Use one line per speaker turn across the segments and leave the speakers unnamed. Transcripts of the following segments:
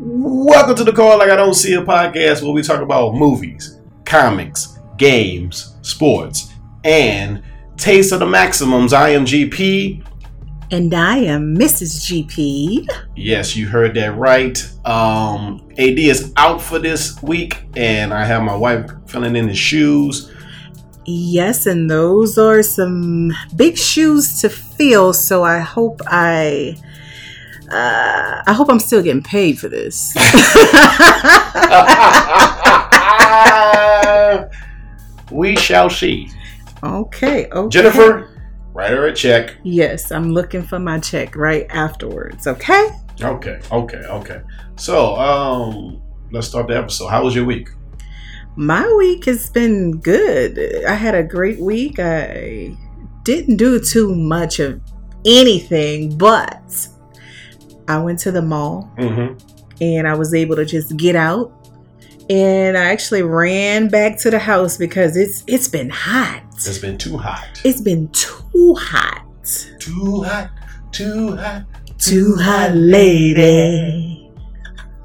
Welcome to the Call Like I Don't See a podcast where we talk about movies, comics, games, sports, and Taste of the Maximums. I am GP.
And I am Mrs. GP.
Yes, you heard that right. Um, AD is out for this week, and I have my wife filling in his shoes.
Yes, and those are some big shoes to fill. So I hope I, uh, I hope I'm still getting paid for this.
we shall see.
okay. Okay.
Jennifer, write her a check.
Yes, I'm looking for my check right afterwards. Okay.
Okay, okay, okay. So, um, let's start the episode. How was your week?
My week has been good. I had a great week. I didn't do too much of anything, but I went to the mall
Mm-hmm.
and I was able to just get out. And I actually ran back to the house because it's it's been hot.
It's been too hot.
It's been too hot.
Too hot. Too hot.
Too hot, lady.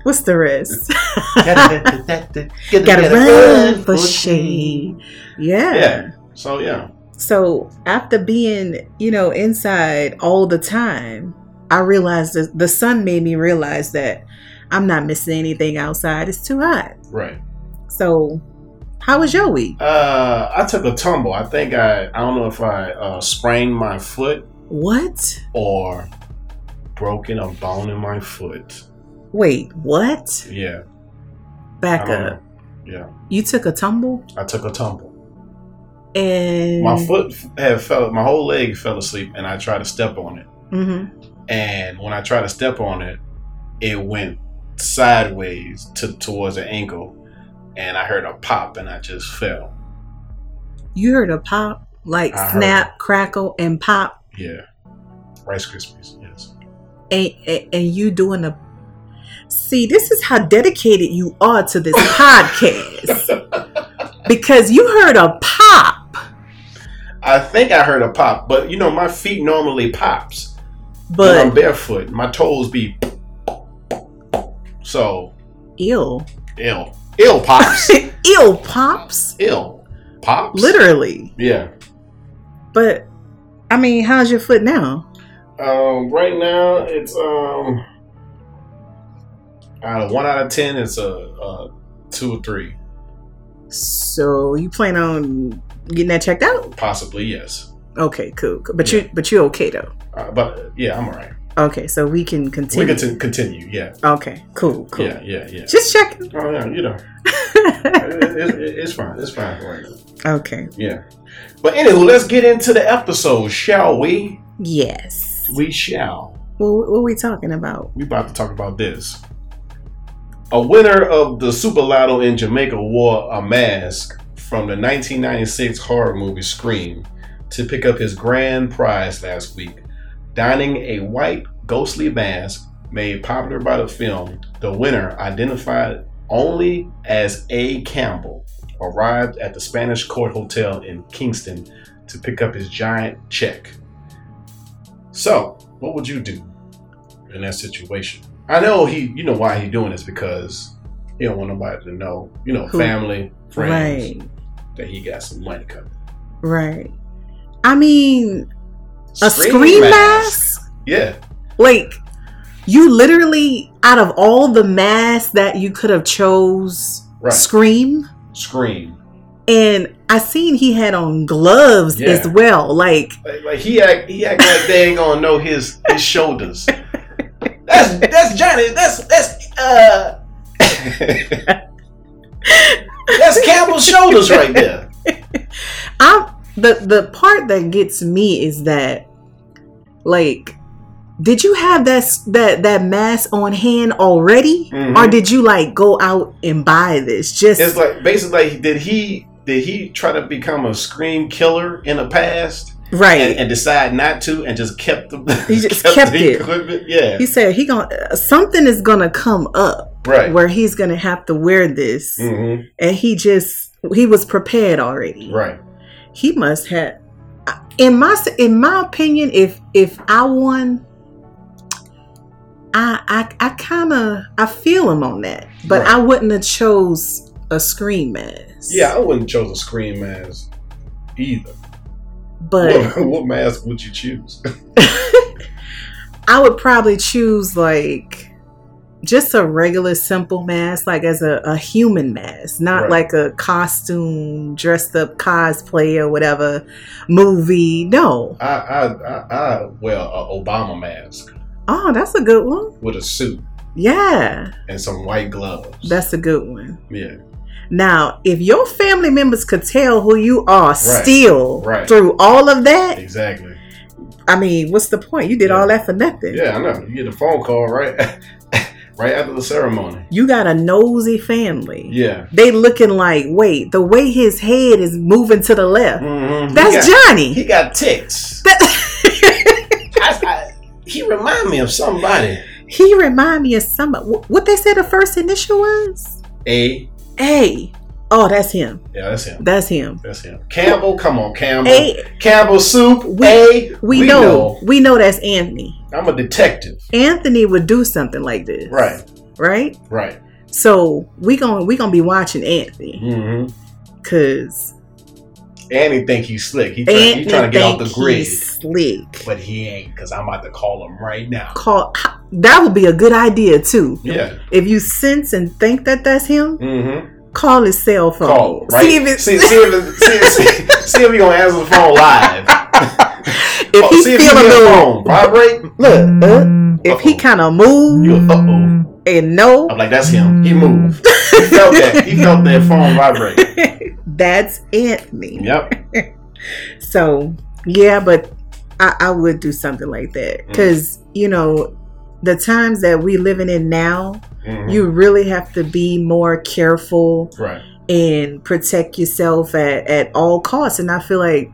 What's the rest? Gotta run for shade. yeah.
Yeah. So yeah.
So after being, you know, inside all the time, I realized that the sun made me realize that I'm not missing anything outside. It's too hot.
Right.
So, how was your week?
Uh, I took a tumble. I think I. I don't know if I uh, sprained my foot
What?
or broken a bone in my foot.
Wait, what?
Yeah. I
Back
don't
up.
know. Yeah.
You took a tumble
I took a tumble.
and
My foot had fell. My whole leg fell asleep, and I tried to step on it.
Mhm.
And when I tried to step on it, it went sideways to towards the ankle, and I heard a pop, and I just fell.
You heard a pop, like
I heard
snap, crackle, and pop,
Yeah. Rice Krispies, yes.
and, and and you doing a. See, this is how dedicated you are to this podcast because you heard a pop,
I think I heard a pop, but you know, my feet normally pops. when I'm
but
barefoot. My toes be so
ill,
ill. Ill pops.
ill pops,
ill. Pops.
literally.
Yeah.
But I mean, how's your foot now?
Um, right now it's um out of one out of ten it's a, a two or three.
So you plan on getting that checked out?
Possibly, yes.
Okay, cool. cool. But
Yeah.
you but you're okay though.
Uh, but yeah, I'm alright.
Okay, so we can continue.
We can t- continue, yeah.
okay, cool, cool.
Yeah, yeah, yeah.
Just checking.
Oh yeah, you know. it, it, it- it's fine. It's fine for right now.
okay.
Yeah. But anywho, let's get into the episode, shall we?
Yes.
We shall.
Well, what are we talking about?
We about to talk about this. A winner of the Super Lotto in Jamaica wore a mask from the 1996 horror movie Scream to pick up his grand prize last week, donning a white ghostly mask made popular by the film. The winner, identified only as A. Campbell, arrived at the Spanish Court Hotel in Kingston to pick up his giant check. So, what would you do in that situation? I know he, you know why he doing this because he don't want nobody to know, you know,
Who-
family, friends,
Right.
that he got some money coming.
Right. I mean, a scream, mask?
Yeah,
Like you literally out of all the masks that you could have chose
right.
scream
Scream.
and I seen he had on gloves
Yeah.
as well. Like
Like, like he act, he act like they ain't gonna know his his shoulders. That's that's Johnny. That's that's uh. that's Campbell's shoulders right there.
I'm the the part that gets me is that like did you have that s- that that mask on hand already
Mhm.
or did you like go out and buy this just
It's like basically like, did he did he try to become a scream killer in the past
right
and, and decide not to and just kept the
He just kept it.
equipment? Yeah,
he said he going to something is going to come up
right.
where he's going to have to wear this
Mm-hmm.
and he just he was prepared already
Right.
he must have in my in my opinion if if i won I I, I kind of I feel him on that, but
Right.
I wouldn't have chose a scream mask.
Yeah, I wouldn't chose a scream mask either.
but
what, what mask would you choose?
I would probably choose like just a regular simple mask, like as a, a human mask, not
Right.
like a costume, dressed up cosplay or whatever movie. No,
I, I, I, I wear a Obama mask
oh, that's a good one.
with a suit
Yeah,
and some white gloves.
that's a good one.
yeah,
Now, if your family members could tell who you are still
Right.
through all of that,
exactly.
I mean, what's the point? You did
Yeah.
all that for nothing.
Yeah, I know. You get a phone call right, right after the ceremony.
You got a nosy family.
Yeah,
They looking like, wait, the way his head is moving to the left.
Mhm. he
That's
got,
Johnny.
he got ticks. I, I, he remind me of somebody.
he remind me of some wh- what they said the first initial was?
A.
A. Oh, that's him.
Yeah, that's him.
That's him.
That's him. Campbell, come on, Campbell.
A.
Campbell Soup.
We-
A.
We, know, We know that's Anthony.
know. I'm a detective.
Anthony would do something like this.
Right.
Right?
Right.
So we going we gonna be watching Anthony
Mm-hmm.
because
And he think he's slick. He, try,
Anthony
he trying to get off the
think
grid.
he's slick.
But he ain't, because I'm about to call him right now.
Call that would be a good idea too.
Yeah.
If you sense and think that that's him,
Mm-hmm.
call his cell phone.
Call. Right.
See if it's,
see, see if it- see, see, see if he gonna answer the phone live.
if
Oh,
he
see
feel a
hear the
little
phone vibrate.
look, uh, if he
Uh-oh.
kind of
You
move
uh oh.
and no,
I'm like, that's him. He moved. He felt that. He felt that phone vibrate.
that's Anthony.
Yep.
So yeah, but I, I would do something like that
Mm.
because you know the times that we living in now,
Mhm.
you really have to be more careful
right.
and protect yourself at, at all costs. And I feel like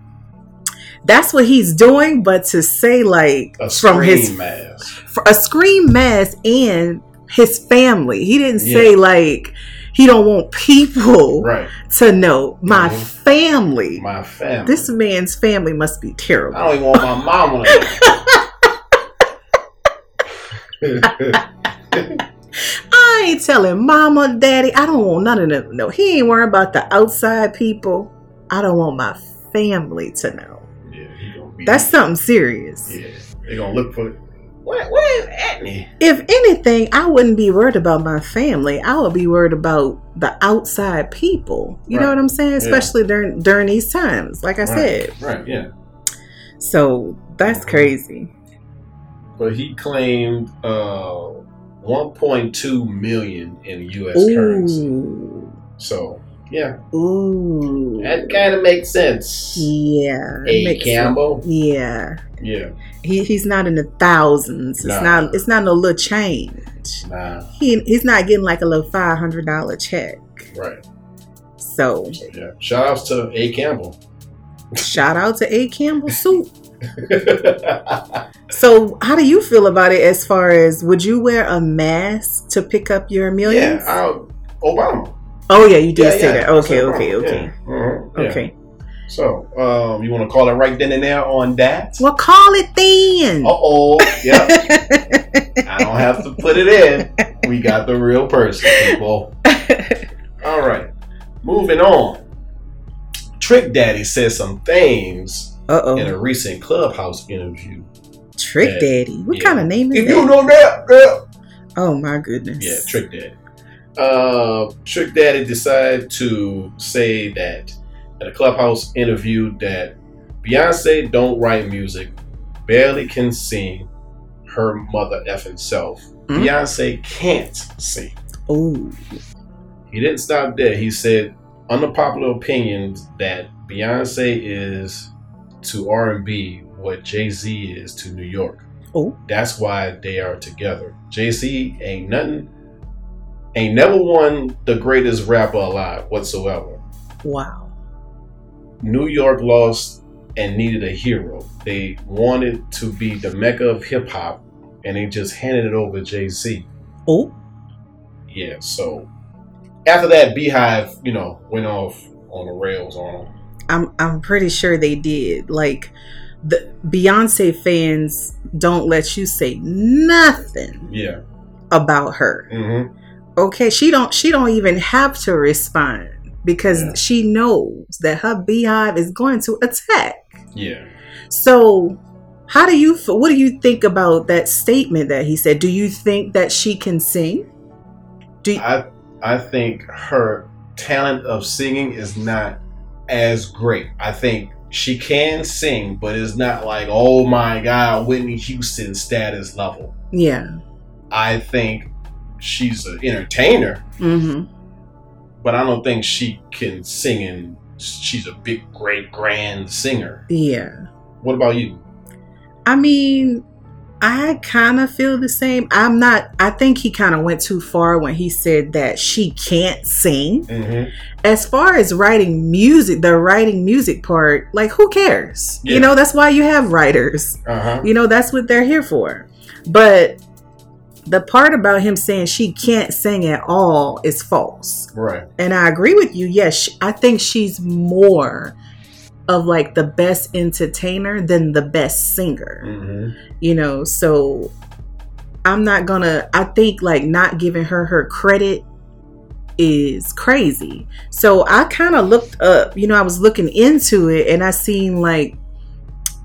that's what he's doing. But to say like
A
from
screen
his
mask.
for a scream mask and his family, he didn't say like he don't want people
Right.
to know my
Mhm.
family.
My Uh. family.
This man's family must be
I
terrible.
don't even want my mama. to know.
I ain't telling mama, daddy. I don't want none of them. to know. he ain't worrying about the outside people. I don't want my family to know.
yeah, he gonna be.
That's something serious.
Yeah, they gonna look for What? Where's Anthony?
If anything, I wouldn't be worried about my family. I would be worried about the outside people. You know
Right.
what I'm saying? Especially during during these times, like I said.
Right. Yeah.
So that's
Mhm.
crazy.
But he claimed uh, 1.2 million in U.S. currency.
Ooh.
So yeah,
Ooh.
that kind of makes sense.
yeah. it
A
makes
Campbell.
sense. Yeah.
Yeah.
He he's not in the thousands. It's
Nah.
not it's not no little change.
Nah.
He he's not getting like a little five hundred dollar check.
Right.
So
So yeah. Shout outs to A Campbell.
shout out to A Campbell Soup. Oh,
I
So, how do you feel about it as far as would you wear a mask to pick up your millions?
yeah. I'll, Obama.
oh, yeah, you did
Yeah,
say
yeah,
that. Okay,
so,
okay,
yeah,
okay.
mhm, yeah.
Okay.
So, um, you want to call it right then and there on that?
Well, call it then.
Uh oh. Yeah. I don't have to put it in. We got the real person, people. All right. Moving on. Trick Daddy said some things
Uh
in a
oh.
recent Clubhouse interview.
Trick
Yeah.
Daddy. What
Yeah.
kind of name is
If you
that?
know that, yeah.
Oh, my goodness.
Yeah, Trick Daddy. Uh, Trick Daddy decided to say that at a Clubhouse interview that Beyonce don't write music, barely can sing, her mother effing self.
Mm.
Beyonce can't sing.
Oh,
He didn't stop there. He said unpopular opinions that Beyonce is to R and B what Jay Z is to New York.
Oh.
That's why they are together. Jay Z ain't nothing. Ain't never won the greatest rapper alive whatsoever.
wow.
New York lost and needed a hero. They wanted to be the mecca of hip hop, and they just handed it over to Jay Z.
Oh,
yeah, so after that, Beehive, you know, went off on the rails on him.
I'm, I'm pretty sure they did. Like, the Beyonce fans don't let you say nothing
Yeah.
about her.
Mm-hmm.
Okay, she don't she don't even have to respond because
Yeah.
she knows that her beehive is going to attack.
Yeah.
So, how do you f- what do you think about that statement that he said? Do you think that she can sing? Do you,
I I think her talent of singing is not as great. I think she can sing, but it's not like oh my god, Whitney Houston status level.
yeah.
I think she's an entertainer, Mm-hmm.
Mhm.
but I don't think she can sing and she's a big great grand singer.
Yeah.
What about you?
I mean, I kind of feel the same. I'm not, I think he kind of went too far when he said that she can't sing.
Mm-hmm.
As far as writing music, the writing music part, like, who cares?
Yeah.
You know, that's why you have writers.
Uh-huh.
You know, that's what they're here for. But the part about him saying she can't sing at all is false
Right.
and I agree with you. Yes, sh I think she's more of like the best entertainer than the best singer,
Mm-hmm.
you know. So I'm not gonna, I think like not giving her her credit is crazy. So I kind of looked up, you know, I was looking into it and I seen like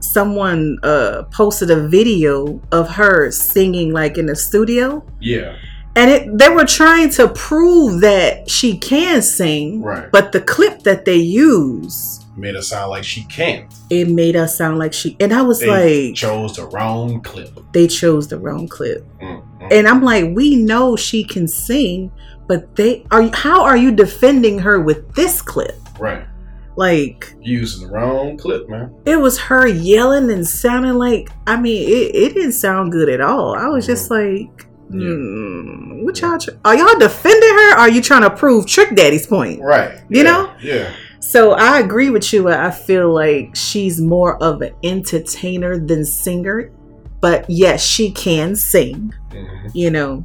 someone uh posted a video of her singing like in the studio
Yeah.
and it they were trying to prove that she can sing
Right.
but the clip that they used,
Made it sound like she can't.
it made us sound like she. And I was
They
like,
chose the wrong clip.
they chose the wrong clip.
Mhm.
And I'm like, we know she can sing, but they are. How are you defending her with this clip?
Right.
Like
Using the wrong clip, man.
it was her yelling and sounding like. I mean, it, it didn't sound good at all. I was just like.
Yeah.
Hmm, what y'all tr- are y'all defending her? Or are you trying to prove Trick Daddy's point?
Right.
You
Yeah.
know?
Yeah.
So I agree with you. I feel like she's more of an entertainer than singer, but yes, she can sing.
Mhm.
You know,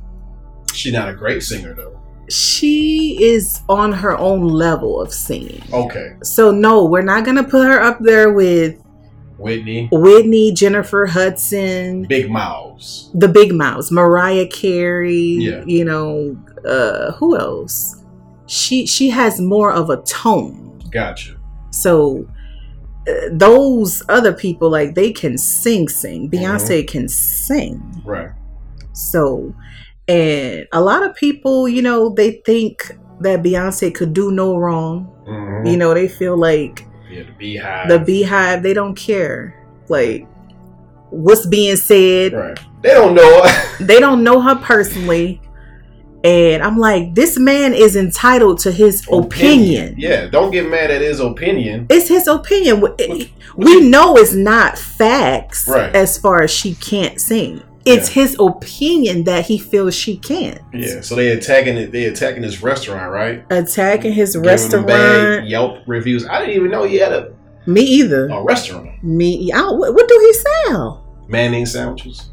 She's not a great singer though.
she is on her own level of singing.
Okay.
So no, we're not gonna put her up there with
Whitney,
Whitney, Jennifer Hudson,
Big Mouths.
the Big Mouths, Mariah Carey.
Yeah.
You know, uh, who else? She she has more of a tone.
Gotcha.
So uh, those other people like they can sing sing. Beyonce can sing.
Right.
So and a lot of people, you know, they think that Beyonce could do no wrong.
Mhm.
You know, they feel like
yeah, the beehive.
the beehive, they don't care. Like what's being said.
right. They don't know.
They don't know her personally. And I'm like, this man is entitled to his opinion.
Yeah. Don't get mad at his opinion.
It's his opinion.
What
we know it's not facts
Right.
as far as she can't sing. It's his opinion that he feels she can't.
Yeah. So they attacking it. They attacking this restaurant, right?
Attacking his
Giving them bad
restaurant.
Yelp reviews. I didn't even know he had a,
Me either.
a restaurant.
Me. I, what, what do he sell?
Mayonnaise sandwiches.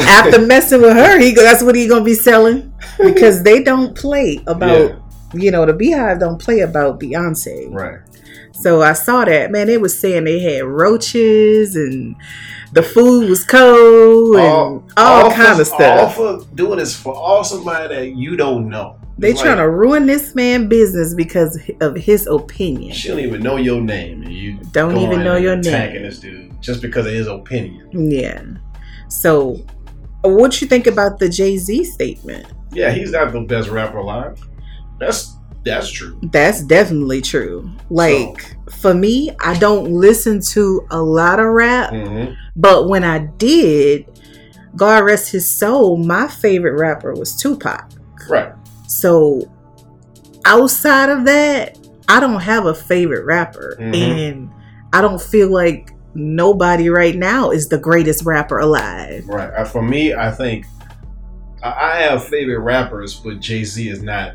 After messing with her, he go- that's what he gonna be selling because they don't play about
Yeah.
you know the Beehive don't play about Beyonce.
Right.
So I saw that man. They was saying they had roaches and the food was cold and all, kind
for,
of stuff.
All for doing this for all somebody that you don't know.
They
It's
trying
like,
to ruin this man business because of his opinion.
She don't even know your name, and you
Don't
going
even know
and
your
attacking
name.
this dude just because of his opinion.
Yeah. So, what you think about the Jay Z statement?
Yeah, he's not the best rapper alive. That's that's true.
That's definitely true. Like for me, I don't listen to a lot of rap,
Mm-hmm.
but when I did, God rest his soul, my favorite rapper was Tupac.
Right.
So, outside of that, I don't have a favorite rapper,
Mhm.
and I don't feel like nobody right now is the greatest rapper alive.
Right. Uh, For me, I think I, I have favorite rappers, but Jay Z is not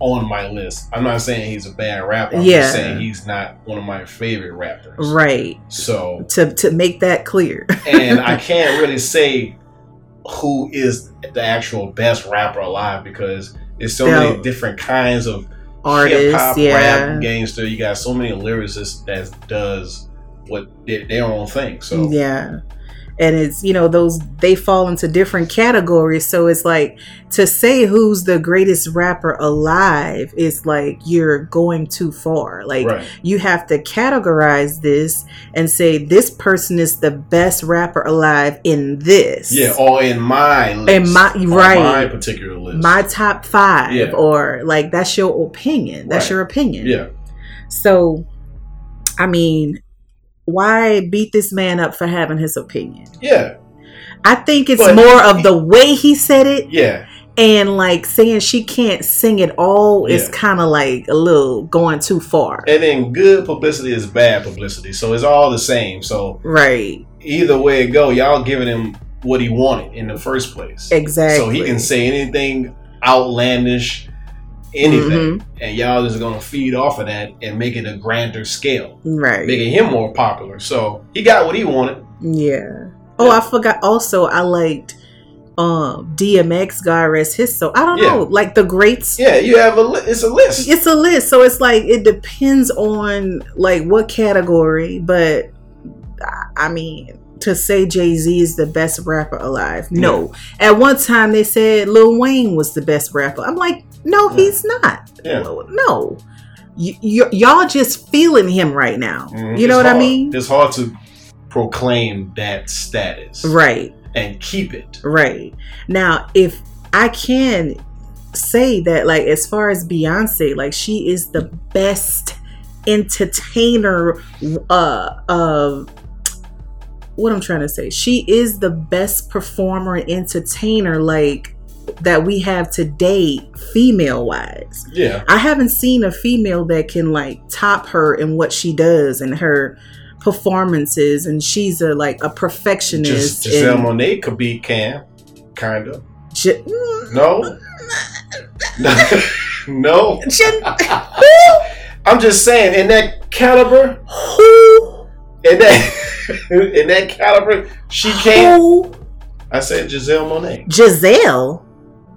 on my list. I'm not saying he's a bad rapper. I'm
Yeah.
just saying he's not one of my favorite rappers.
Right.
So,
To to make that clear,
and I can't really say who is the actual best rapper alive because there's so many
Now-
different kinds of
artists,
hip-hop,
yeah,
rap, gangster. You got so many lyricists that does what their, their own thing. So
Yeah. And it's, you know, those they fall into different categories. So it's like to say who's the greatest rapper alive is like you're going too far. Like
right,
you have to categorize this and say this person is the best rapper alive in this.
yeah, or in my list,
In my-
on
right.
my particular list,
my top five
Yeah.
or like that's your opinion. That's
Right.
your opinion.
yeah,
So I mean, why beat this man up for having his opinion?
yeah,
I think it's
But-
more of the way he said it
yeah,
and like saying she can't sing at all is
Yeah.
kind of like a little going too far.
and then good publicity is bad publicity, so it's all the same. So
right.
either way it go, y'all giving him what he wanted in the first place,
Exactly.
so he can say anything outlandish, anything,
Mhm.
and y'all just gonna feed off of that and make it a grander scale.
Right.
making him more popular. So he got what he wanted.
Yeah. Oh,
Yeah.
I forgot. Also, I liked um DMX. God rest his soul. I don't
Yeah.
know, like the greats.
Yeah, you have a li- it's a list.
It's a list, so it's like it depends on like what category. But I- I mean, to say Jay Z is the best rapper alive, no. At one time, they said Lil Wayne was the best rapper. I'm like, no,
Yeah.
he's not.
Yeah.
No. Y- y- y'all just feeling him right now.
Mhm.
You know
It's
what I
hard.
mean?
It's hard to proclaim that status
Right.
and keep it.
Right. Now, if I can say that, like, as far as Beyonce, like, she is the best entertainer uh, of what I'm trying to say. She is the best performer and entertainer, like, that we have today, female wise.
Yeah,
I haven't seen a female that can like top her in what she does and her performances and she's a like a perfectionist
just Giselle
and
Monet could be can, kind of.
Gi- Mm.
No, no.
Gen-
I'm just saying, in that caliber,
who?
in that in that caliber, she can.
Who?
I said Giselle Monet.
Giselle?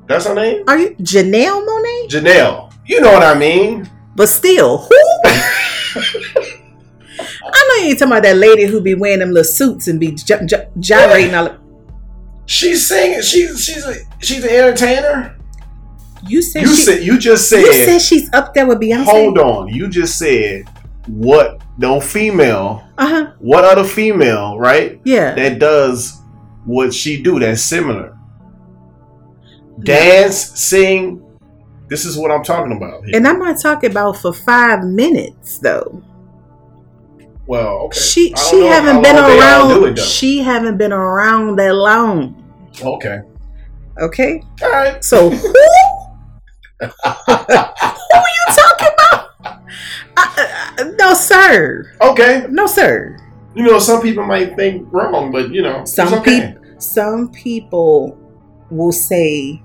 That's her name.
Are you Janelle Monet?
Janelle. You know what I mean?
But still, who? I know you ain't talking about that lady who be wearing them little suits and be gy- gy- gyrating. All-
She's singing. She's she's a, she's an entertainer.
you said
you
she,
said you just said.
you said she's up there with Beyonce.
hold on. You just said what? No female.
Uh huh.
What other female? Right?
Yeah.
That does what she do. That's similar. Dance, sing. This is what I'm talking about. Here.
and I'm not talking about for five minutes though.
well, okay.
She
I don't
she
know how
haven't been
long they all do it,
around.
though.
She haven't been around that long.
Okay.
Okay.
All right.
So who? who are you talking about? I, I, Uh, no, sir.
Okay.
No, sir.
You know, some people might think wrong, but you know, it's
Some
okay.
people, some people will say.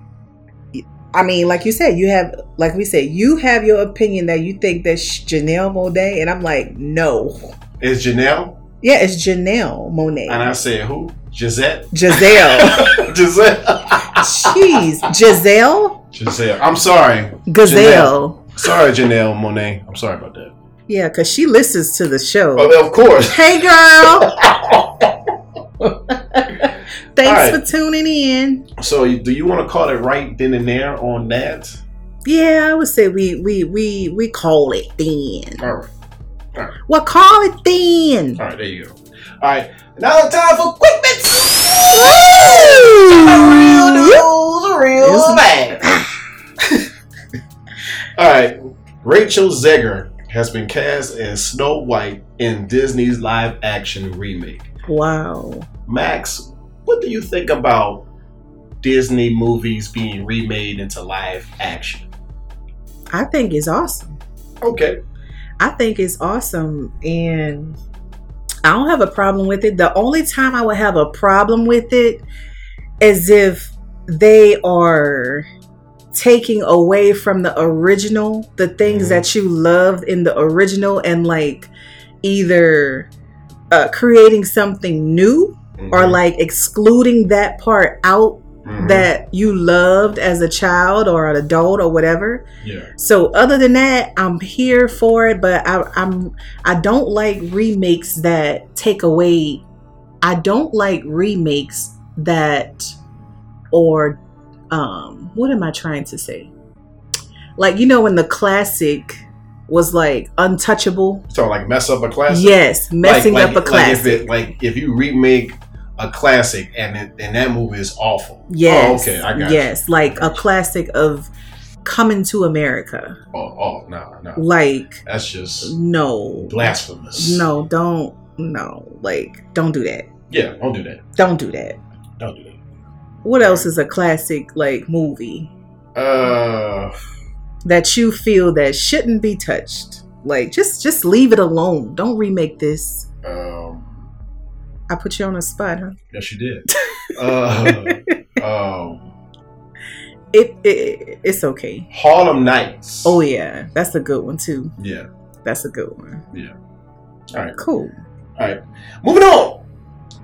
I mean, like you said, you have, like we said, you have your opinion that you think that Janelle Monet, and I'm like, no.
It's Janelle,
Yeah, it's Janelle Monet.
and I said who? Gisette.
Giselle.
Giselle.
Jeez. Giselle?
Giselle. I'm sorry.
Gazelle.
Sorry, Janelle Monet. I'm sorry about that.
Yeah, because she listens to the show.
Oh, of course.
Hey, girl. Thanks
All right.
for tuning in.
So, you- do you want to call it right then and there on that?
Yeah, I would say we we we we call it then.
All right.
Well, call it then.
All right. There you go. All right. Now, it's time for quick bits. Real news, real
Yes.
bad. All right. Rachel Zegger has been cast as Snow White in Disney's live action remake.
Wow.
Max, what do you think about Disney movies being remade into live action?
I think it's awesome.
Okay.
I think it's awesome and I don't have a problem with it. The only time I would have a problem with it is if they are taking away from the original the things
Mhm.
that you loved in the original and like either
Mm-hmm.
uh, creating something new or like excluding that part out
Mhm.
that you loved as a child or an adult or whatever.
yeah.
So other than that, I'm here for it, but I, I'm I don't like remakes that take away. I don't like remakes that or um what am I trying to say? Like you know when the classic was like untouchable.
So like mess up a classic.
Yes, messing
Like- like-
up a classic.
Like if, it, like if you remake a classic and it, and that movie is awful.
yes.
Oh, okay, I got
yes, like
Got
a
you.
classic of coming to America.
you. Oh, oh, no, no.
Like
That's just
no.
blasphemous.
No, don't no. Like don't do that.
Yeah, don't do that.
Don't do that.
Don't do that.
What else is a classic like movie
Uh,
that you feel that shouldn't be touched? Like just just leave it alone. Don't remake this.
um,
I put you on the spot, huh?
yes, you did. uh, um,
It, it it's okay.
Harlem Nights.
Oh yeah, that's a good one too.
yeah.
That's a good one.
Yeah. Alright.
Cool.
Moving on.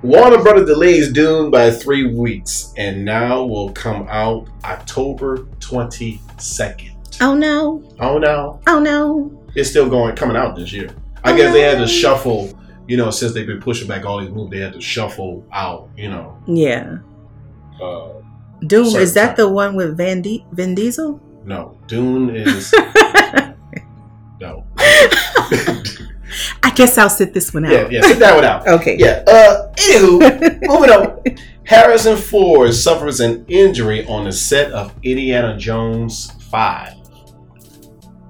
Warner Brother delays Dune by three weeks and now will come out October 22nd.
Oh no.
Oh, no.
Oh no.
It's still going, coming out this year. I
Oh,
guess they had
no.
to shuffle, you know, since they've been pushing back all these movies, they had to shuffle out, you know.
Yeah.
Uh,
Doom.
Sorry,
is that
sorry.
the one with Van D- Vin Diesel?
no, Dune is no.
I guess I'll sit this one out.
Yeah, yeah, sit that one out.
Okay.
Yeah. Uh, anywho, Moving on. Harrison Ford suffers an injury on the set of Indiana Jones 5.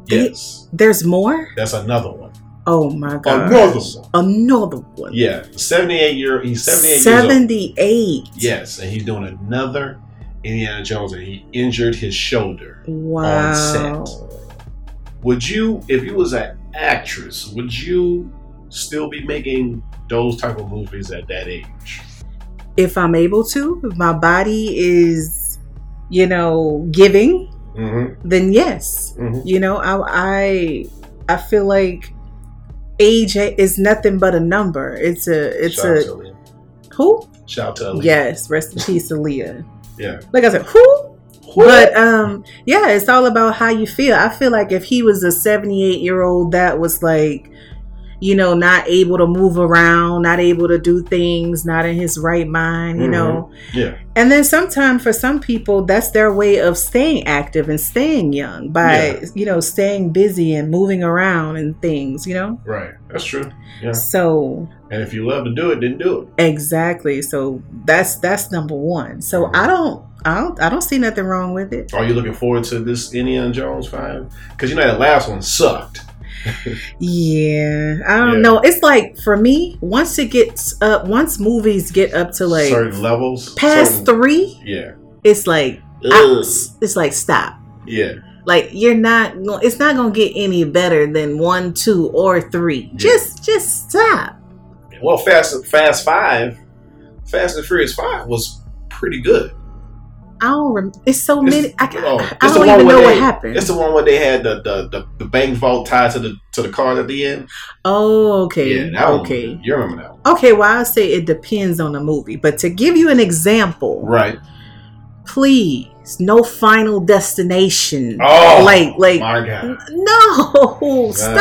Yes.
There's more.
That's another one.
Oh my god.
Another one.
Another one.
Yeah. 78 year he's 78 years old.
78.
Yes, and he's doing another Indiana Jones and he injured his shoulder.
Wow.
on Would you if you was an actress, would you still be making those type of movies at that age?
If I'm able to, if my body is, you know, giving,
Mm-hmm.
then yes.
Mhm.
You know, I I I feel like age is nothing but a number. It's a it's
Shout out
a
to Aaliyah.
who?
Shout out to Aaliyah.
Yes, rest in peace, Aaliyah.
Yeah.
Like I said, who? But um, yeah, it's all about how you feel. I feel like if he was a 78 year old that was like, you know, not able to move around, not able to do things, not in his right mind, you know.
Mm-hmm. Yeah.
And then sometimes for some people, that's their way of staying active and staying young by, you know, staying busy and moving around and things, you know.
Right. That's true. Yeah.
So
And if you love to do it, then do it.
exactly, so that's that's number one. So
Mm-hmm.
I don't, I don't, I don't see nothing wrong with it.
Are you looking forward to this Indiana Jones five? Because you know that last one sucked.
Yeah, I don't
Yeah.
know. It's like for me, once it gets up, once movies get up to like
certain levels,
past
certain-
three,
Yeah,
it's like I-
Ugh.
it's like stop.
yeah,
Like you're not, go- it's not gonna get any better than one, two, or three.
Yeah.
Just, just stop.
Well, Fast Fast Five, Fast and Furious Five was pretty good.
I don't. Rem- it's so
It's-
many. I, ca-
oh,
I
it's the
don't
one
even
where
know what
they-
happened.
It's the one where they had the the, the, the bank vault tied to the to the car at the end.
oh, okay,
Yeah, that one.
okay,
You remember that one,
okay. Well, I say it depends on the movie, but to give you an example,
right?
please, no Final Destination.
Oh,
like, oh. like.
my god.
No,
I
stop.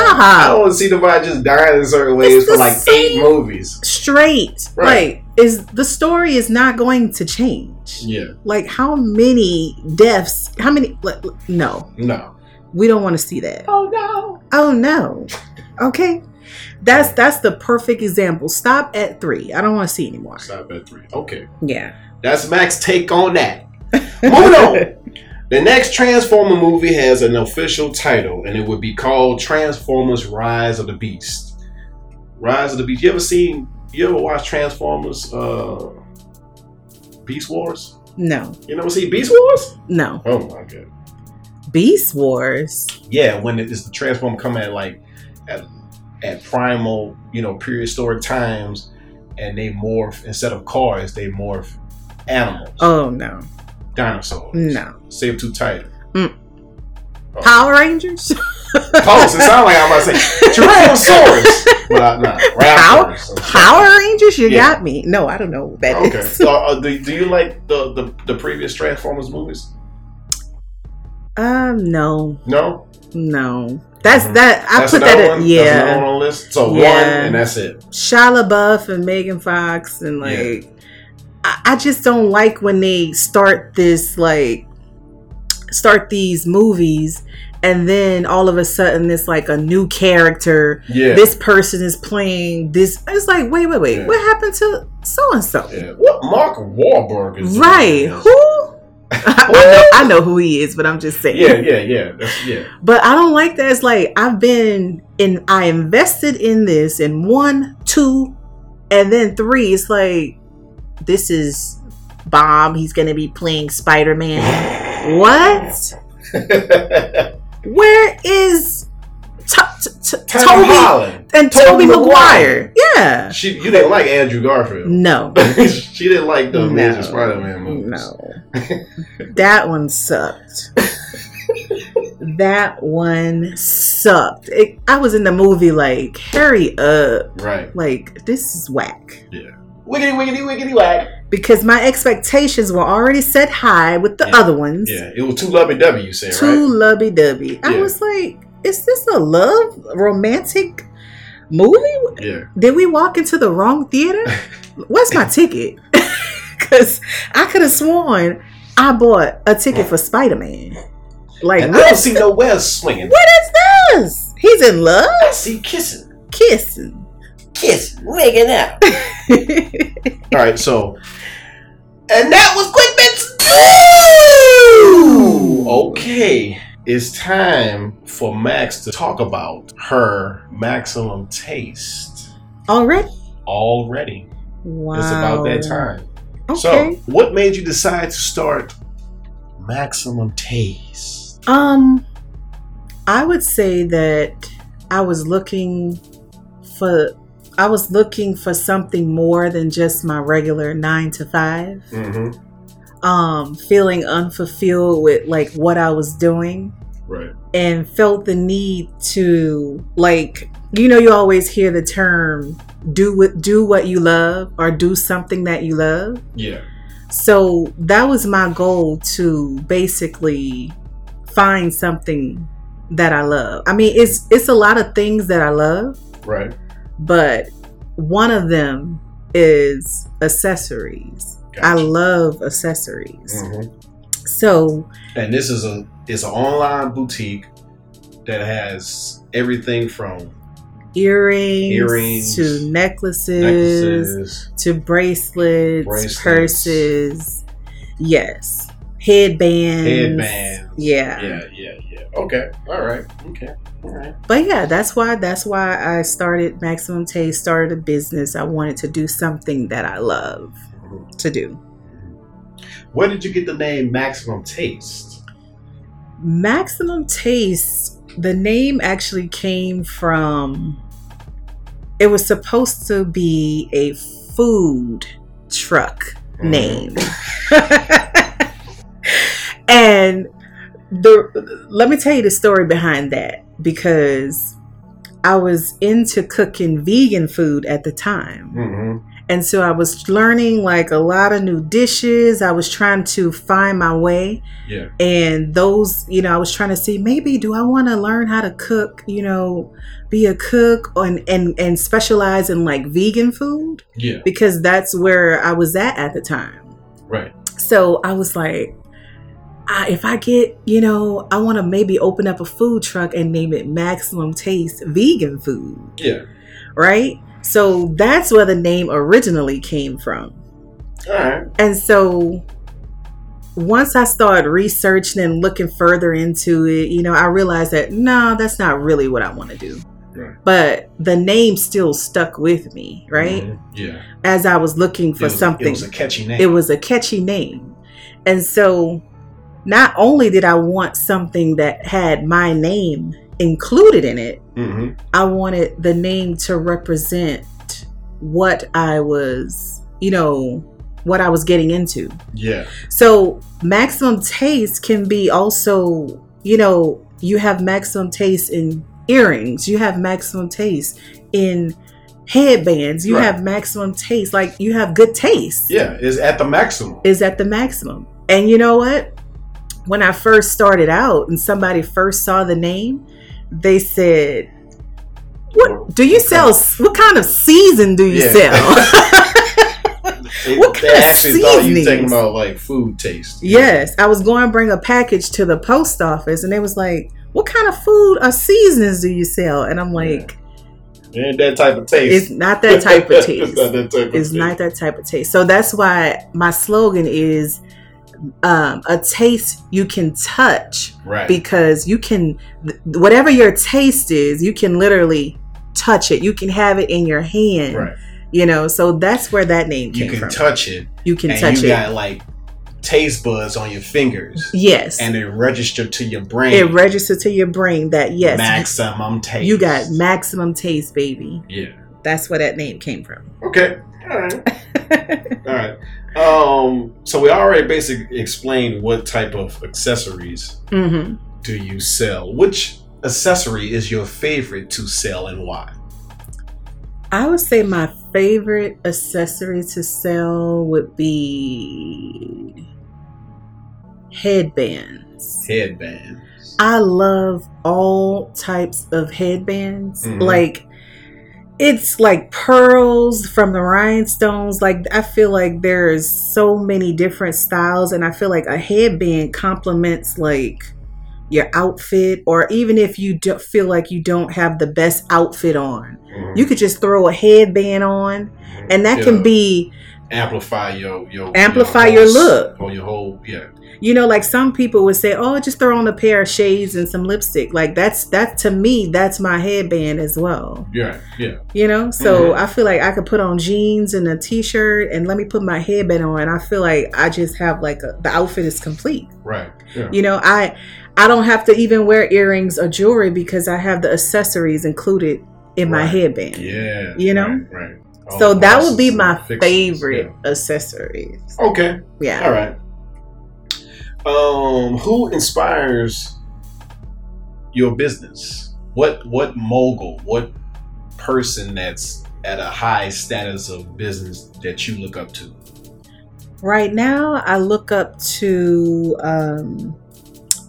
don't want to see nobody just dying in certain ways
It's
for
the
like eight
same-
movies.
Straight.
Right.
Like is the story is not going to change.
Yeah,
Like how many deaths, how many like, no.
no.
We don't want to see that.
Oh no.
Oh no. Okay. That's that's the perfect example. Stop at 3. I don't want to see anymore.
Stop at three. Okay.
Yeah.
That's Mac's take on that. Moving on. The next Transformer movie has an official title, and it would be called Transformers: Rise of the Beast. Rise of the Beast. You ever seen? You ever watch Transformers? Uh, Beast Wars.
No.
You never see Beast Wars?
No.
Oh my god.
Beast Wars.
Yeah, when it- it's the Transformer come at like at at primal, you know, prehistoric times, and they morph instead of cars, they morph animals,
Oh no.
dinosaurs.
No.
Save too tight.
Mm. Power Rangers?
Close. It sounds like I'm about to say Tyrannosaurus. but I, nah,
Power,
Raptors.
Power Rangers? You
Yeah.
got me. No, I don't know what that is.
Okay. So, uh, do, do you like the, the the previous Transformers movies?
Um, no,
No,
no. That's
Mhm.
that. I
that's
put that.
another one.
at,
that's another
yeah,
one on the list. So one,
Yeah.
and that's it.
Shia LaBeouf and Megan Fox and like. I, I just don't like when they start this like start these movies and then all of a sudden it's like a new character.
Yeah.
This person is playing this. It's like wait, wait, wait.
Yeah.
What happened to so and so?
yeah. What Mark Wahlberg is doing
Right?
this.
Who? I, know, I know who he is, but I'm just saying.
Yeah, yeah, yeah. That's, yeah.
But I don't like that. It's like I've been in, I invested in this in one, two, and then three. It's like this is Bob. He's gonna be playing Spider Man. What? Where is to- to- to-
Tom
Toby
Holland.
and
Tobey
Toby
Maguire.
Maguire? Yeah.
She, you didn't like Andrew Garfield.
No.
she didn't like the Amazing
No.
Spider-Man movies.
No. that one sucked. that one sucked. It, I was in the movie like, hurry up.
Right.
Like, this is whack.
Wiggity wiggity wiggity wag.
Because my expectations were already set high with the
Yeah.
other ones.
Yeah, it was too lovey dovey. You said
Too
right?
lovey dovey. I
Yeah.
was like, is this a love romantic movie?
Yeah.
Did we walk into the wrong theater? Where's my ticket? Because I could have sworn I bought a ticket for Spider Man. Like,
And I don't
what
see no webs swinging.
is this? He's in love?
I see kissing,
Kissing.
kiss, making out. All right, so. And that was Quick Bits. Ooh,
Oh.
Okay, it's time for Max to talk about her maximum taste
Already?
already.
Wow.
It's about that time.
Okay.
So, what made you decide to start Maximum Taste?
um, I would say that I was looking for. I was looking for something more than just my regular nine to five.
Mm-hmm.
um, feeling unfulfilled with like what I was doing
Right.
and felt the need to like you know you always hear the term do what do what you love or do something that you love
Yeah.
so that was my goal to basically find something that I love I mean it's it's a lot of things that I love
Right.
but one of them is accessories I love accessories
Mhm.
so
and this is a it's an online boutique that has everything from
earrings,
Earrings,
to necklaces,
necklaces,
to bracelets,
Bracelets.
purses. Yes. Headbands.
Headbands.
Yeah.
yeah, yeah, yeah. Okay, all right, okay, all right.
But yeah, that's why that's why I started Maximum Taste, started a business. I wanted to do something that I love to do.
Where did you get the name Maximum Taste?
Maximum Taste, the name actually came from it was supposed to be a food truck name. and the let me tell you the story behind that because I was into cooking vegan food at the time.
Mm-hmm.
And so I was learning like a lot of new dishes. I was trying to find my way
Yeah,
and those you know i was trying to see maybe do i want to learn how to cook you know be a cook and and and specialize in like vegan food
yeah,
because that's where i was at at the time
right.
so i was like I, if i get you know i want to maybe open up a food truck and name it maximum taste vegan food
Yeah,
right so that's where the name originally came from
all right.
and so once I started researching and looking further into it, you know, I realized that no, that's not really what I want to do.
Right.
But the name still stuck with me, right?
Mhm. Yeah,
As I was looking
It
for
was-
something,
It was a catchy name.
it was a catchy name. And so not only did I want something that had my name included in it,
mm-hmm.
I wanted the name to represent what I was, you know, what I was getting into.
Yeah,
So maximum taste can be also, you know, You have maximum taste in earrings. You have maximum taste in headbands. You
Right.
have maximum taste. Like you have good taste
Yeah, it's at the maximum.
is at the maximum. And you know what? When I first started out and somebody first saw the name, they said, "What do you sell? What kind of season do you
Yeah.
sell?"
They-
What kind
they
of
actually thought you were talking
seasonings?
about like food taste.
yes, I was going to bring a package to the post office, and they was like, "What kind of food or seasonings do you sell?" And I'm like,
And that type of
"It's
taste.
not that type of
it's
taste."
not that type of
It's
taste.
not that type of taste. So that's why my slogan is um, a taste you can touch
right.
because you can th- whatever your taste is you can literally touch it you can have it in your hand
right.
you know so that's where that name
You
came
can
from
touch it,
you can
and
touch
you
it
got like taste buds on your fingers,
yes
and it registered to your brain.
it registers to your brain that yes
maximum taste.
you got maximum taste baby
yeah.
that's where that name came from
Okay. All right. All right. Um, so we already basically explained what type of accessories
hmm
do you sell. Which accessory is your favorite to sell and why?
i would say my favorite accessory to sell would be headbands
Headband.
I love all types of headbands.
Mhm.
Like it's like pearls from the rhinestones. Like I feel like there's so many different styles and I feel like a headband complements like your outfit or even if you do feel like you don't have the best outfit on. You could just throw a headband on and that
Yeah.
can be
amplify your your
Amplify
your,
your
whole-
look.
or your whole yeah.
you know like some people would say oh just throw on a pair of shades and some lipstick like that's that to me that's my headband as well
Yeah. Yeah.
you know so
Mhm.
i feel like i could put on jeans and a t-shirt and let me put my headband on i feel like i just have like a, the outfit is complete
Right. Yeah.
you know i i don't have to even wear earrings or jewelry because i have the accessories included in my
Right.
headband
Yeah.
You know?
Right. right. All
so
the
that would be
processes
my
and fixes,
favorite accessories
yeah. Okay.
yeah
All right. Um, who inspires your business? What what mogul? What person that's at a high status of business that you look up to?
Right now, I look up to um,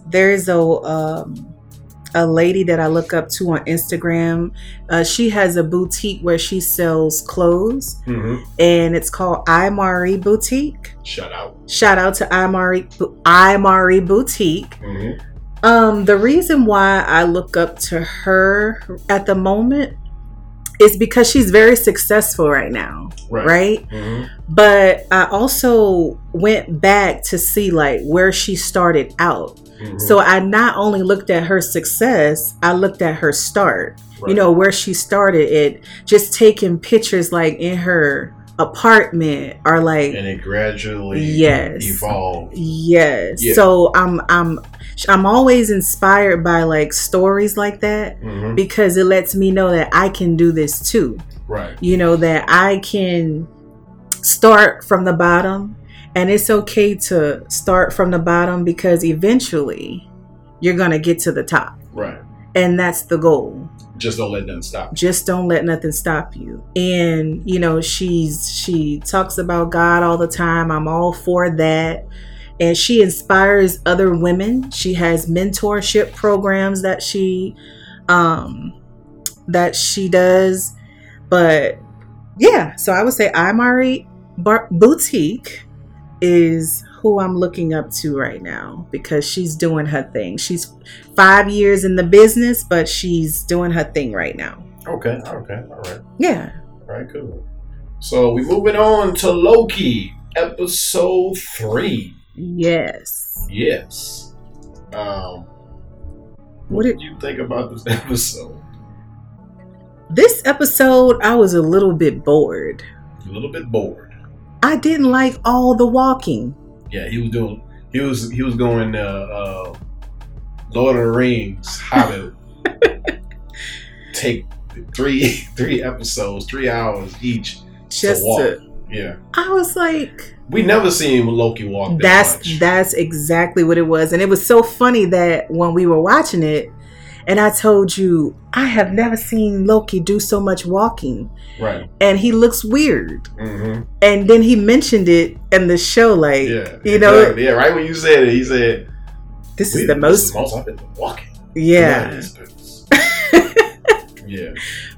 there's a um, a lady that I look up to on Instagram. Uh, she has a boutique where she sells clothes,
Mm-hmm.
and it's called Imari Boutique.
Shout out.
Shout out to Imari Imari Boutique.
Mm-hmm.
Um, the reason why I look up to her at the moment is because she's very successful right now,
Right.
right?
Mm-hmm.
but I also went back to see like where she started out.
Mm-hmm.
So I not only looked at her success, I looked at her start. You know, where she started it, just taking pictures like in her apartment or like
and it gradually
Yes.
evolved.
yes.
Yeah.
So I'm I'm I'm always inspired by like stories like that
Mm-hmm.
because it lets me know that I can do this too
Right.
you know that i can start from the bottom and it's okay to start from the bottom because eventually you're going to get to the top
Right.
and that's the goal
Just don't let nothing stop.
just don't let nothing stop you and you know she's she talks about god all the time i'm all for that and she inspires other women she has mentorship programs that she um that she does but yeah so i would say imari Bar- boutique is who i'm looking up to right now because she's doing her thing she's five years in the business but she's doing her thing right now
Okay. Okay. All right.
yeah.
All right. Cool. So we moving on to Loki episode three.
Yes.
Yes. Um,
What
what
did-
did you think about this episode?
This episode, I was a little bit bored.
A little bit bored.
I didn't like all the walking.
Yeah, he was doing. He was he was going uh, uh, Lord of the Rings, Hobbit. take three three episodes, three hours each.
Just
walk.
to
Yeah,
I was like,
we never seen Loki walk. That
that's
much.
that's exactly what it was and it was so funny that when we were watching it and i told you i have never seen loki do so much walking
right.
and he looks weird
hmm
and then he mentioned it in the show like
Yeah,
you know
exactly. yeah. Right when you said it, he said,
this
"We-
is the most
I've been walking."
yeah
yeah.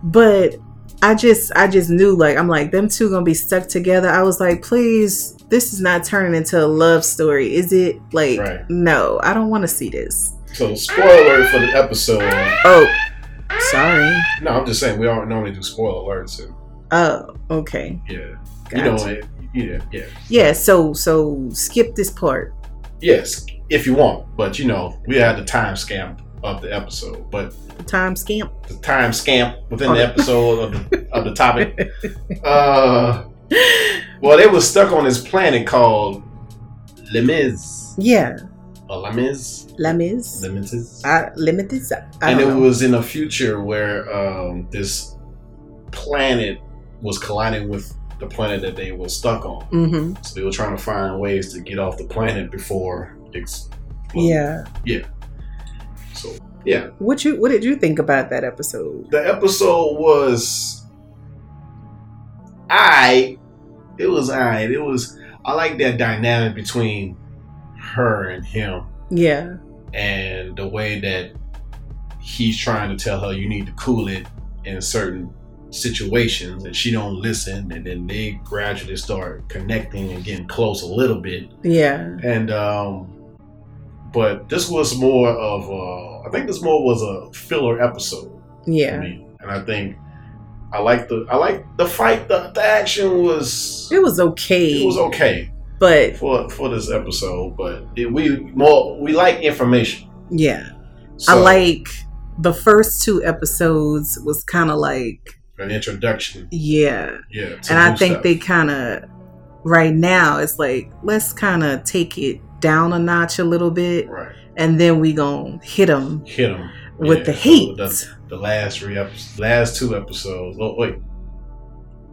but i just i just knew like i'm like them two gonna be stuck together i was like please this is not turning into a love story is it like
Right.
no i don't want to see this
So spoiler for the episode.
oh sorry
No, I'm just saying we don't normally do spoiler alerts. And,
oh okay
yeah, you
Gotcha.
know, it, yeah, yeah,
yeah, so so skip this part.
yes, if you want, but you know, we had the time scamp of the episode, but
Time scamp.
the time scamp within the episode of the, of the topic. Uh, well, they were stuck on this planet called Lemiz
Yeah,
or Lemiz,
lemons.
Lemiz.
I limit this. I
and it
don't know.
was in a future where um, this planet was colliding with the planet that they were stuck on.
Mm-hmm.
So they were trying to find ways to get off the planet before. Ex-
Yeah.
So yeah,
What you What did you think about that episode?
the episode was. I, it was I. It was I like that dynamic between her and him,
Yeah.
and the way that he's trying to tell her you need to cool it in certain situations and she don't listen and then they gradually start connecting and getting close a little bit
Yeah.
and um but this was more of a, I think this more was a filler episode for
Yeah.
me and I think I like the I like the fight the, the action was
It was okay,
it was okay
but
for for this episode but it, we more we like information
yeah, I
So-
like the first two episodes was kind of like
an introduction.
yeah,
Yeah, to
and I
new
think
stuff.
they kind of right now it's like let's kind of take it down a notch a little bit,
right
and then we gonna hit them
hit them
with the heat.
The, the last three episodes, last two episodes. Oh wait,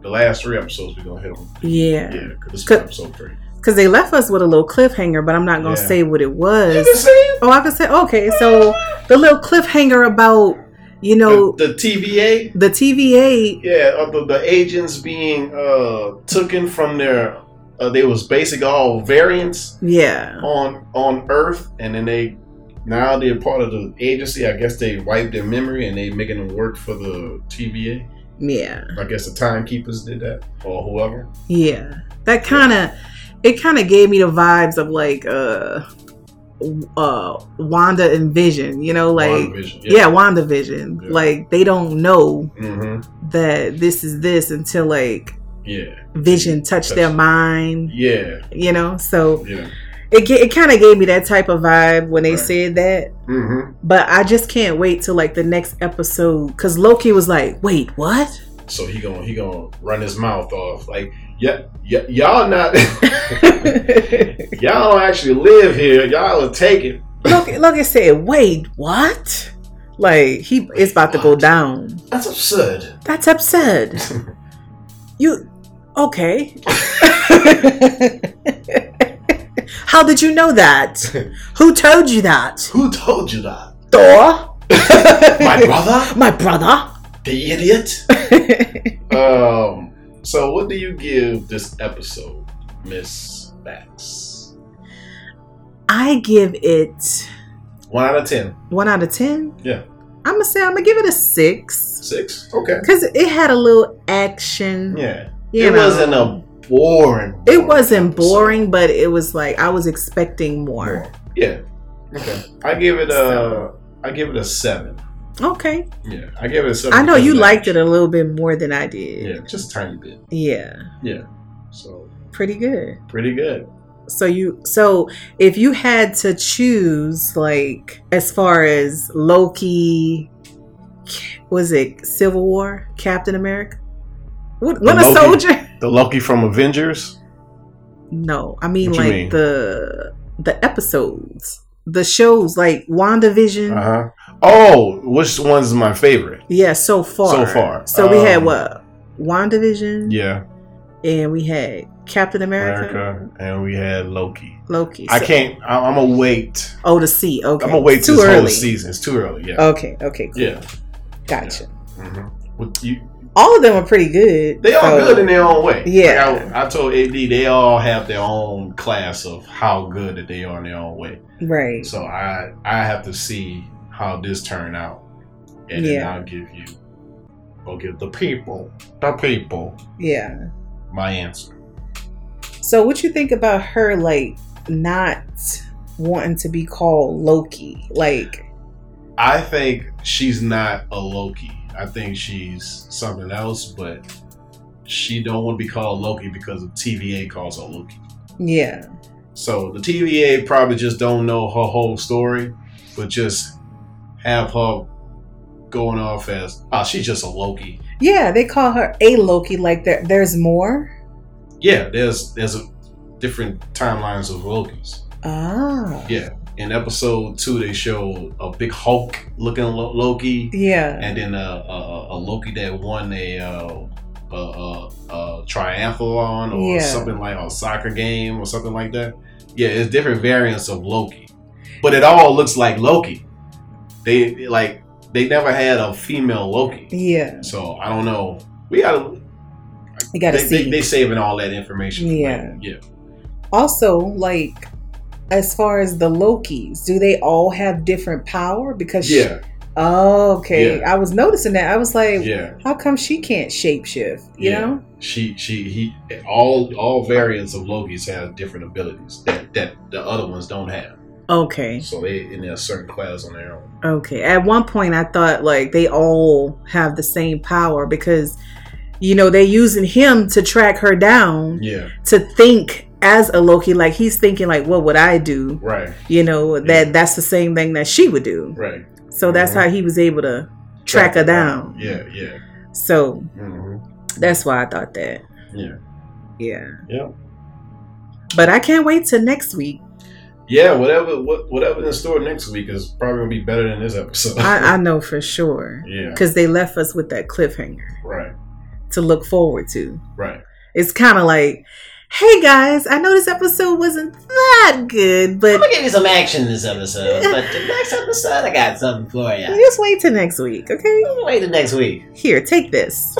the last three episodes we gonna hit them.
Yeah,
Yeah, because this is
Could-
episode three.
because they left us with a little cliffhanger, but I'm not gonna
Yeah.
say what it
You
was.
can see it.
Oh, I can say okay. So the little cliffhanger about you know
the, the TVA.
the TVA.
Yeah, of the, the agents being uh taken from their. Uh, they was basic all variants
Yeah,
on on Earth, and then they now they're part of the agency. I guess they wiped their memory and they making them work for the TVA.
yeah,
I guess the timekeepers did that, or whoever.
yeah. That kind of it kind of gave me the vibes of like uh uh Wanda and Vision. You know, like
WandaVision,
yeah, Wanda Vision.
Yeah.
Like they don't know
hmm
Mm-hmm. that this is this until like
yeah,
Vision touched their
Touch.
mind.
yeah,
You know, so.
yeah.
it, ga- it kind of gave me that type of vibe when they
Right.
said that
hmm
but i just can't wait till like the next episode because loki was like wait what
So he gonna he gonna run his mouth off like, yeah, yeah, y'all not, y'all don't actually live here. Y'all are taking.
loki, loki said wait what like he it's about to go
What?
down
That's absurd.
that's absurd you okay how did you know that who told you that
Who told you that?
thor
My brother,
my brother
the idiot. um. So what do you give this episode, Miss Max?
i give it
One out of ten.
one out of ten.
Yeah.
I'm gonna say I'm gonna give it a six
Six. Okay.
because it had a little action.
Yeah.
you
it
know.
wasn't a boring.
It wasn't
episode.
boring, but it was like I was expecting more.
Yeah. Okay. I give it a.
So-
I give it a seven.
Okay,
Yeah, I give it a seven.
I know
because
you
of that.
liked it a little bit more than I did.
Yeah, just a tiny bit.
Yeah,
So
pretty good.
pretty good.
So you, so if you had to choose, like as far as Loki, was it Civil War, Captain America, what, Winter
Loki.
Soldier?
The Loki from Avengers.
No, I mean
What you
like
mean?
the the episodes, the shows like WandaVision.
Uh huh. Oh, which one's my favorite?
Yeah, so far.
So far.
So we had
Um,
what? WandaVision,
Yeah.
and we had Captain America,
America, and we had Loki.
Loki.
I
so-
can't. I, I'm gonna wait.
Oh, to see. Okay.
I'm gonna wait
Too
this
early.
whole season. It's too early. Yeah.
Okay. Okay. Cool.
yeah.
Gotcha.
hmm With you,
All of them are pretty good.
they all
so-
good in their own way.
Yeah.
Like I, I told AD they all have their own class of how good that they are in their own way.
Right.
So I I have to see how this turn out, and then
Yeah.
I'll give you, I'll give the people, the people,
Yeah.
my answer.
So what you think about her like not wanting to be called Loki? Like
I think she's not a Loki. I think she's something else, but she don't want to be called Loki because the TVA calls her Loki.
yeah.
So the TVA probably just don't know her whole story, but just have her going off as oh she's just a Loki.
Yeah, they call her a Loki like there there's more.
Yeah, there's there's a different timelines of Lokis.
Ah.
Yeah. In episode two, they showed a big Hulk looking lo- Loki.
Yeah.
and then a, a, a Loki that won a uh, a, a, a triathlon or
Yeah.
something like a soccer game or something like that. Yeah, it's different variants of Loki, but it all looks like Loki. They like they never had a female Loki,
Yeah.
so I don't know. We gotta,
You gotta
they,
see.
they, they saving all that information. for
Yeah.
later. yeah.
also, like as far as the Lokis, do they all have different power? Because she-
Yeah,
oh, okay. I was noticing that. I was like,
yeah.
how come she can't shapeshift? You
Yeah.
know?
She, she, he. All, all variants of Lokis have different abilities that that the other ones don't have.
Okay.
So they in a certain class on their own.
Okay. At one point, I thought like they all have the same power because, you know, they're using him to track her down
Yeah,
to think as a Loki. Like he's thinking like, what would I do?
right,
You know that that's the same thing that she would do.
right.
So that's how he was able to track her down.
Yeah, yeah.
So
hmm
that's why I thought that.
Yeah.
Yeah.
Yeah.
But I can't wait till next week.
Yeah, whatever what, whatever in store next week is probably gonna be better than this episode.
I, I know for sure
yeah,
because they left us with that cliffhanger
right,
to look forward to.
right.
it's kind of like, hey guys, I know this episode wasn't that good,
Oh
but
I'm gonna give you some action this episode, but the next episode I got something for you.
just wait till next week, okay?
Wait till next week.
Here, take this.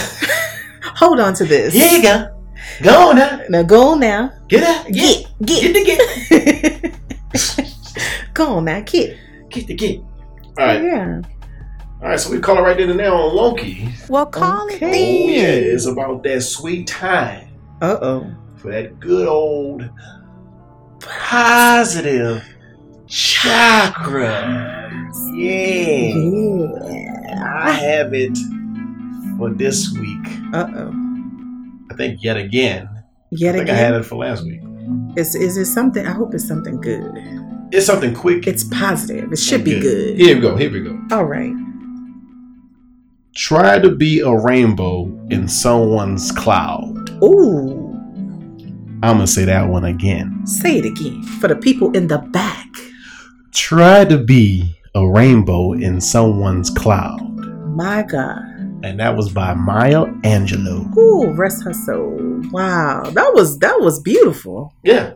Hold on to this.
Here you go. Go on now.
Now go on now.
Get up. Get. Get
Get.
the get.
go on now, kid.
Get the get.
All right,
Yeah.
all right. So we call it right then and now on Loki.
Well, call
Oh
Okay.
it
yeah, it's about that sweet time
Uh oh.
for that good old
Positive chakra. Yeah. I
Yeah.
have it for this week.
Uh oh.
I think yet again.
Yet
I think I had
again,
it for last week.
is is it something? I hope it's something good.
It's something quick.
It's positive. It should be good.
Here we go. Here we go.
All right.
Try to be a rainbow in someone's cloud.
Ooh,
I'm gonna say that one again.
say it again for the people in the back.
try to be a rainbow in someone's cloud.
My God.
And that was by Maya Angelou.
Ooh, rest her soul. Wow, that was that was beautiful.
Yeah,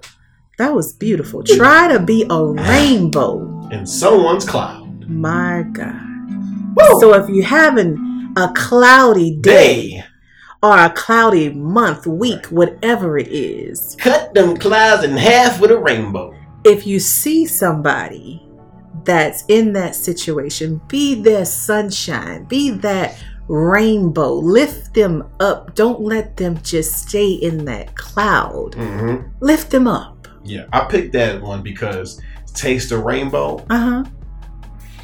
That was beautiful. Try to be a rainbow.
in someone's cloud.
My God. So if you're having a cloudy day
Day.
or a cloudy month, week, whatever it is,
Cut them clouds in half with a rainbow.
if you see somebody that's in that situation, be their sunshine, be that rainbow. Lift them up. Don't let them just stay in that cloud.
Mm-hmm.
Lift them up.
Yeah, I picked that one because Taste the Rainbow,
Uh huh.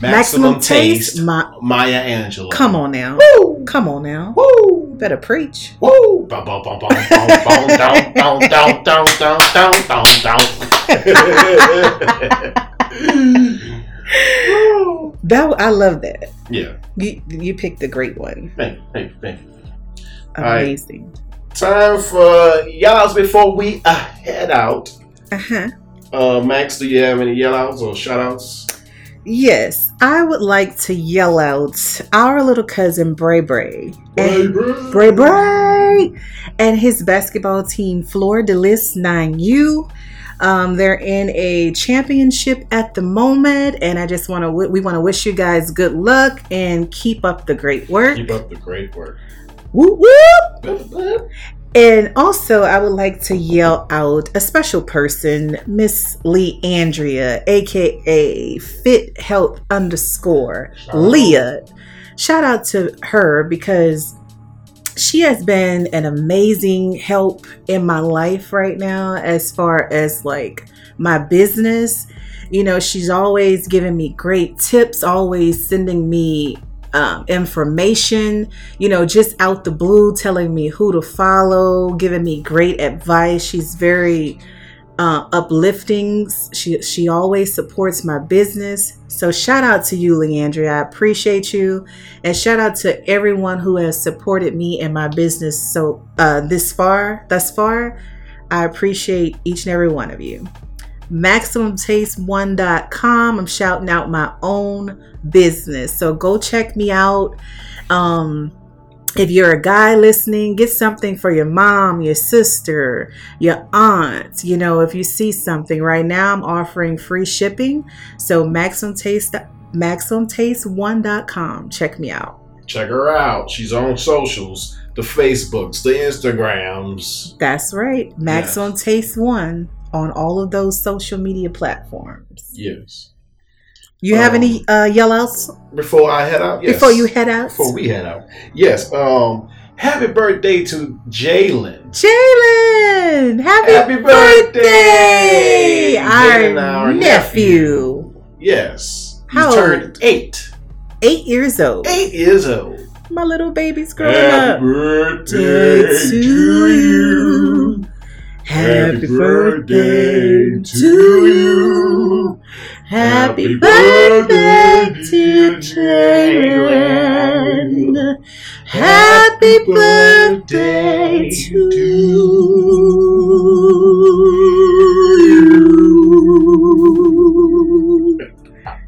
Maximum, Taste,
My,
Maya Angelou.
come on now.
Woo!
Come on now.
Woo!
Better preach.
Woo! Bum, bum, bum, bum, bum, bum, dum, dum, dum, dum, dum, dum, dum, dum. Woo.
That I love that.
Yeah,
You you picked a great one.
thank you, thank you, thank you. right.
Amazing.
Time for yells before we uh, head out.
Uh huh.
Uh, Max, do you have any yell outs or shout outs?
Yes, I would like to yell out our little cousin Bray Bray. And- Bray Bray. great. And his basketball team, Fleur de Lis 9U. Um, they're in a championship at the moment, and I just want to we want to wish you guys good luck and keep up the great work.
Keep up the great work.
Whoop, whoop.
Whoop,
And also, I would like to yell out a special person, Miss Lee Andrea, aka Fit Health underscore
Shout out.
Leah. Shout out to her because she has been an amazing help in my life right now, as far as like my business. You know, she's always giving me great tips, always sending me um, information, you know, just out the blue, telling me who to follow, giving me great advice. She's very uh, uplifting. She she always supports my business. So shout out to you, Leandria. I appreciate you, and shout out to everyone who has supported me and my business so uh, this far. Thus far, I appreciate each and every one of you. MaximumTaste1.com. I'm shouting out my own business. So go check me out. Um, if you're a guy listening, get something for your mom, your sister, your aunt. You know, if you see something right now, I'm offering free shipping. So Maximum Taste, MaximumTaste1.com. Check me out.
Check her out. She's on socials, the Facebooks, the Instagrams.
That's right. Maximum Taste One on all of those social media platforms.
Yes.
You have
Um,
any uh, yell outs
Before I head out, yes.
before you head out?
before we head out, yes. Um, happy birthday to Jalen.
Jalen, happy,
Happy birthday!
birthday! Our,
Jalen, our
nephew.
Yes. He
How
turned eight.
eight years old.
Eight years old.
My little baby's growing
Happy
up.
birthday to you. Happy birthday to you.
Happy
Happy birthday
birthday
dear
to Jalen.
Jalen.
Happy birthday to you.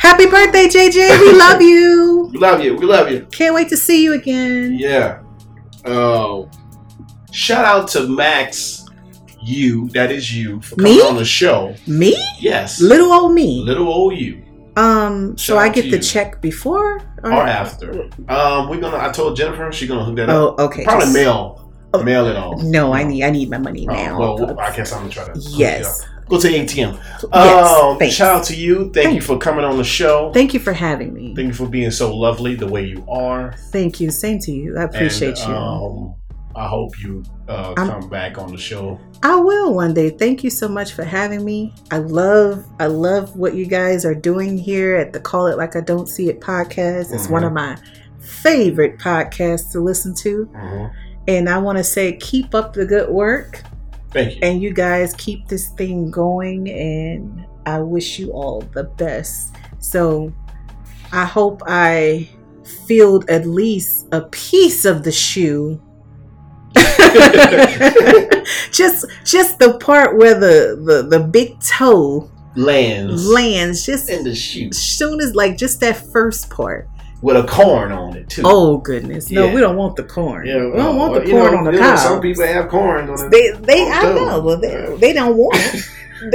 Happy birthday, JJ. We love you.
We love you. We love you.
Can't wait to see you again.
Yeah. Oh. Shout out to Max, you, that is you, for coming
Me?
on the show.
Me?
Yes.
Little old me.
Little old you.
Um, so
Shout
I
out
get
to
the
you.
check before or,
Or after. Um, we're gonna I told Jennifer she's gonna hook that up.
Oh, okay.
Probably
just-
mail.
Oh.
Mail it on.
No, I need I need my money
Oh,
now.
well, I guess I'm gonna try to. hook it
yes.
up. Go to ATM.
yes.
Um,
thanks.
shout out to you. Thank you
Thank-
for coming on the show.
Thank you for having me.
Thank you for being so lovely the way you are.
Thank you. Same to you. I appreciate
And,
you.
Um, I hope you uh,
I'm-
come back on the show.
I will one day. Thank you so much for having me. I love I love what you guys are doing here at the Call It Like I Don't See It podcast. It's one
Mhm.
of my favorite podcasts to listen to.
Mm-hmm.
And I want to say keep up the good work
Thank you.
and you guys keep this thing going and I wish you all the best. So I hope I filled at least a piece of the shoe. just just the part where the, the the big toe
Lands.
lands just
In the
as
shoot
soon as like just that first part.
With a corn on it, too.
Oh goodness. No,
Yeah.
we don't want the corn.
Yeah,
we don't
uh,
want the
you
corn
know,
on the
you know,
cob.
Some people have corn on it.
They, they, I
Oh,
know,
no.
but they, they don't want it.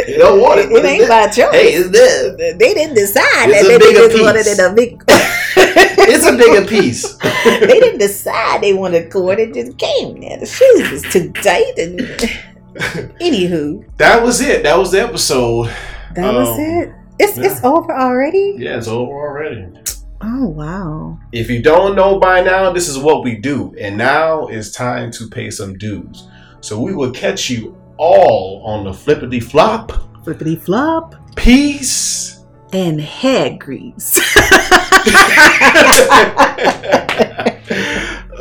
They don't want it,
It,
but
ain't
it's
by choice.
Hey, it's there.
They didn't decide
It's a
that they
bigger
just wanted
piece.
it a big.
It's a bigger piece.
they didn't decide they wanted corn. It just came there. The shoes was too tight. And anywho,
that was it. That was the episode.
that was
Um,
it. It's it's over already.
Yeah, it's over already.
Oh wow.
If you don't know by now, this is what we do. And now it's time to pay some dues. So we will catch you all on the flippity flop.
Flippity flop
Peace.
and head grease.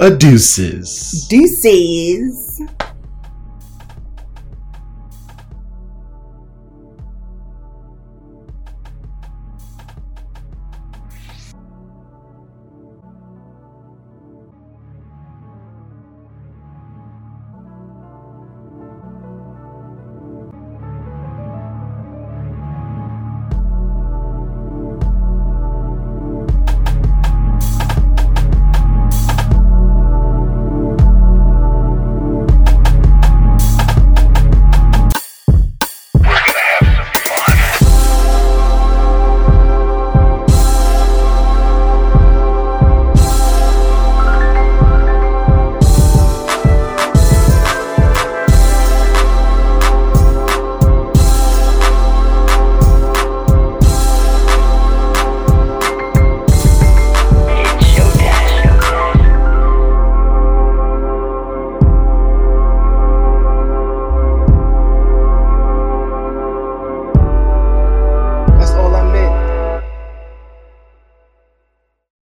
A deuces.
Deuces.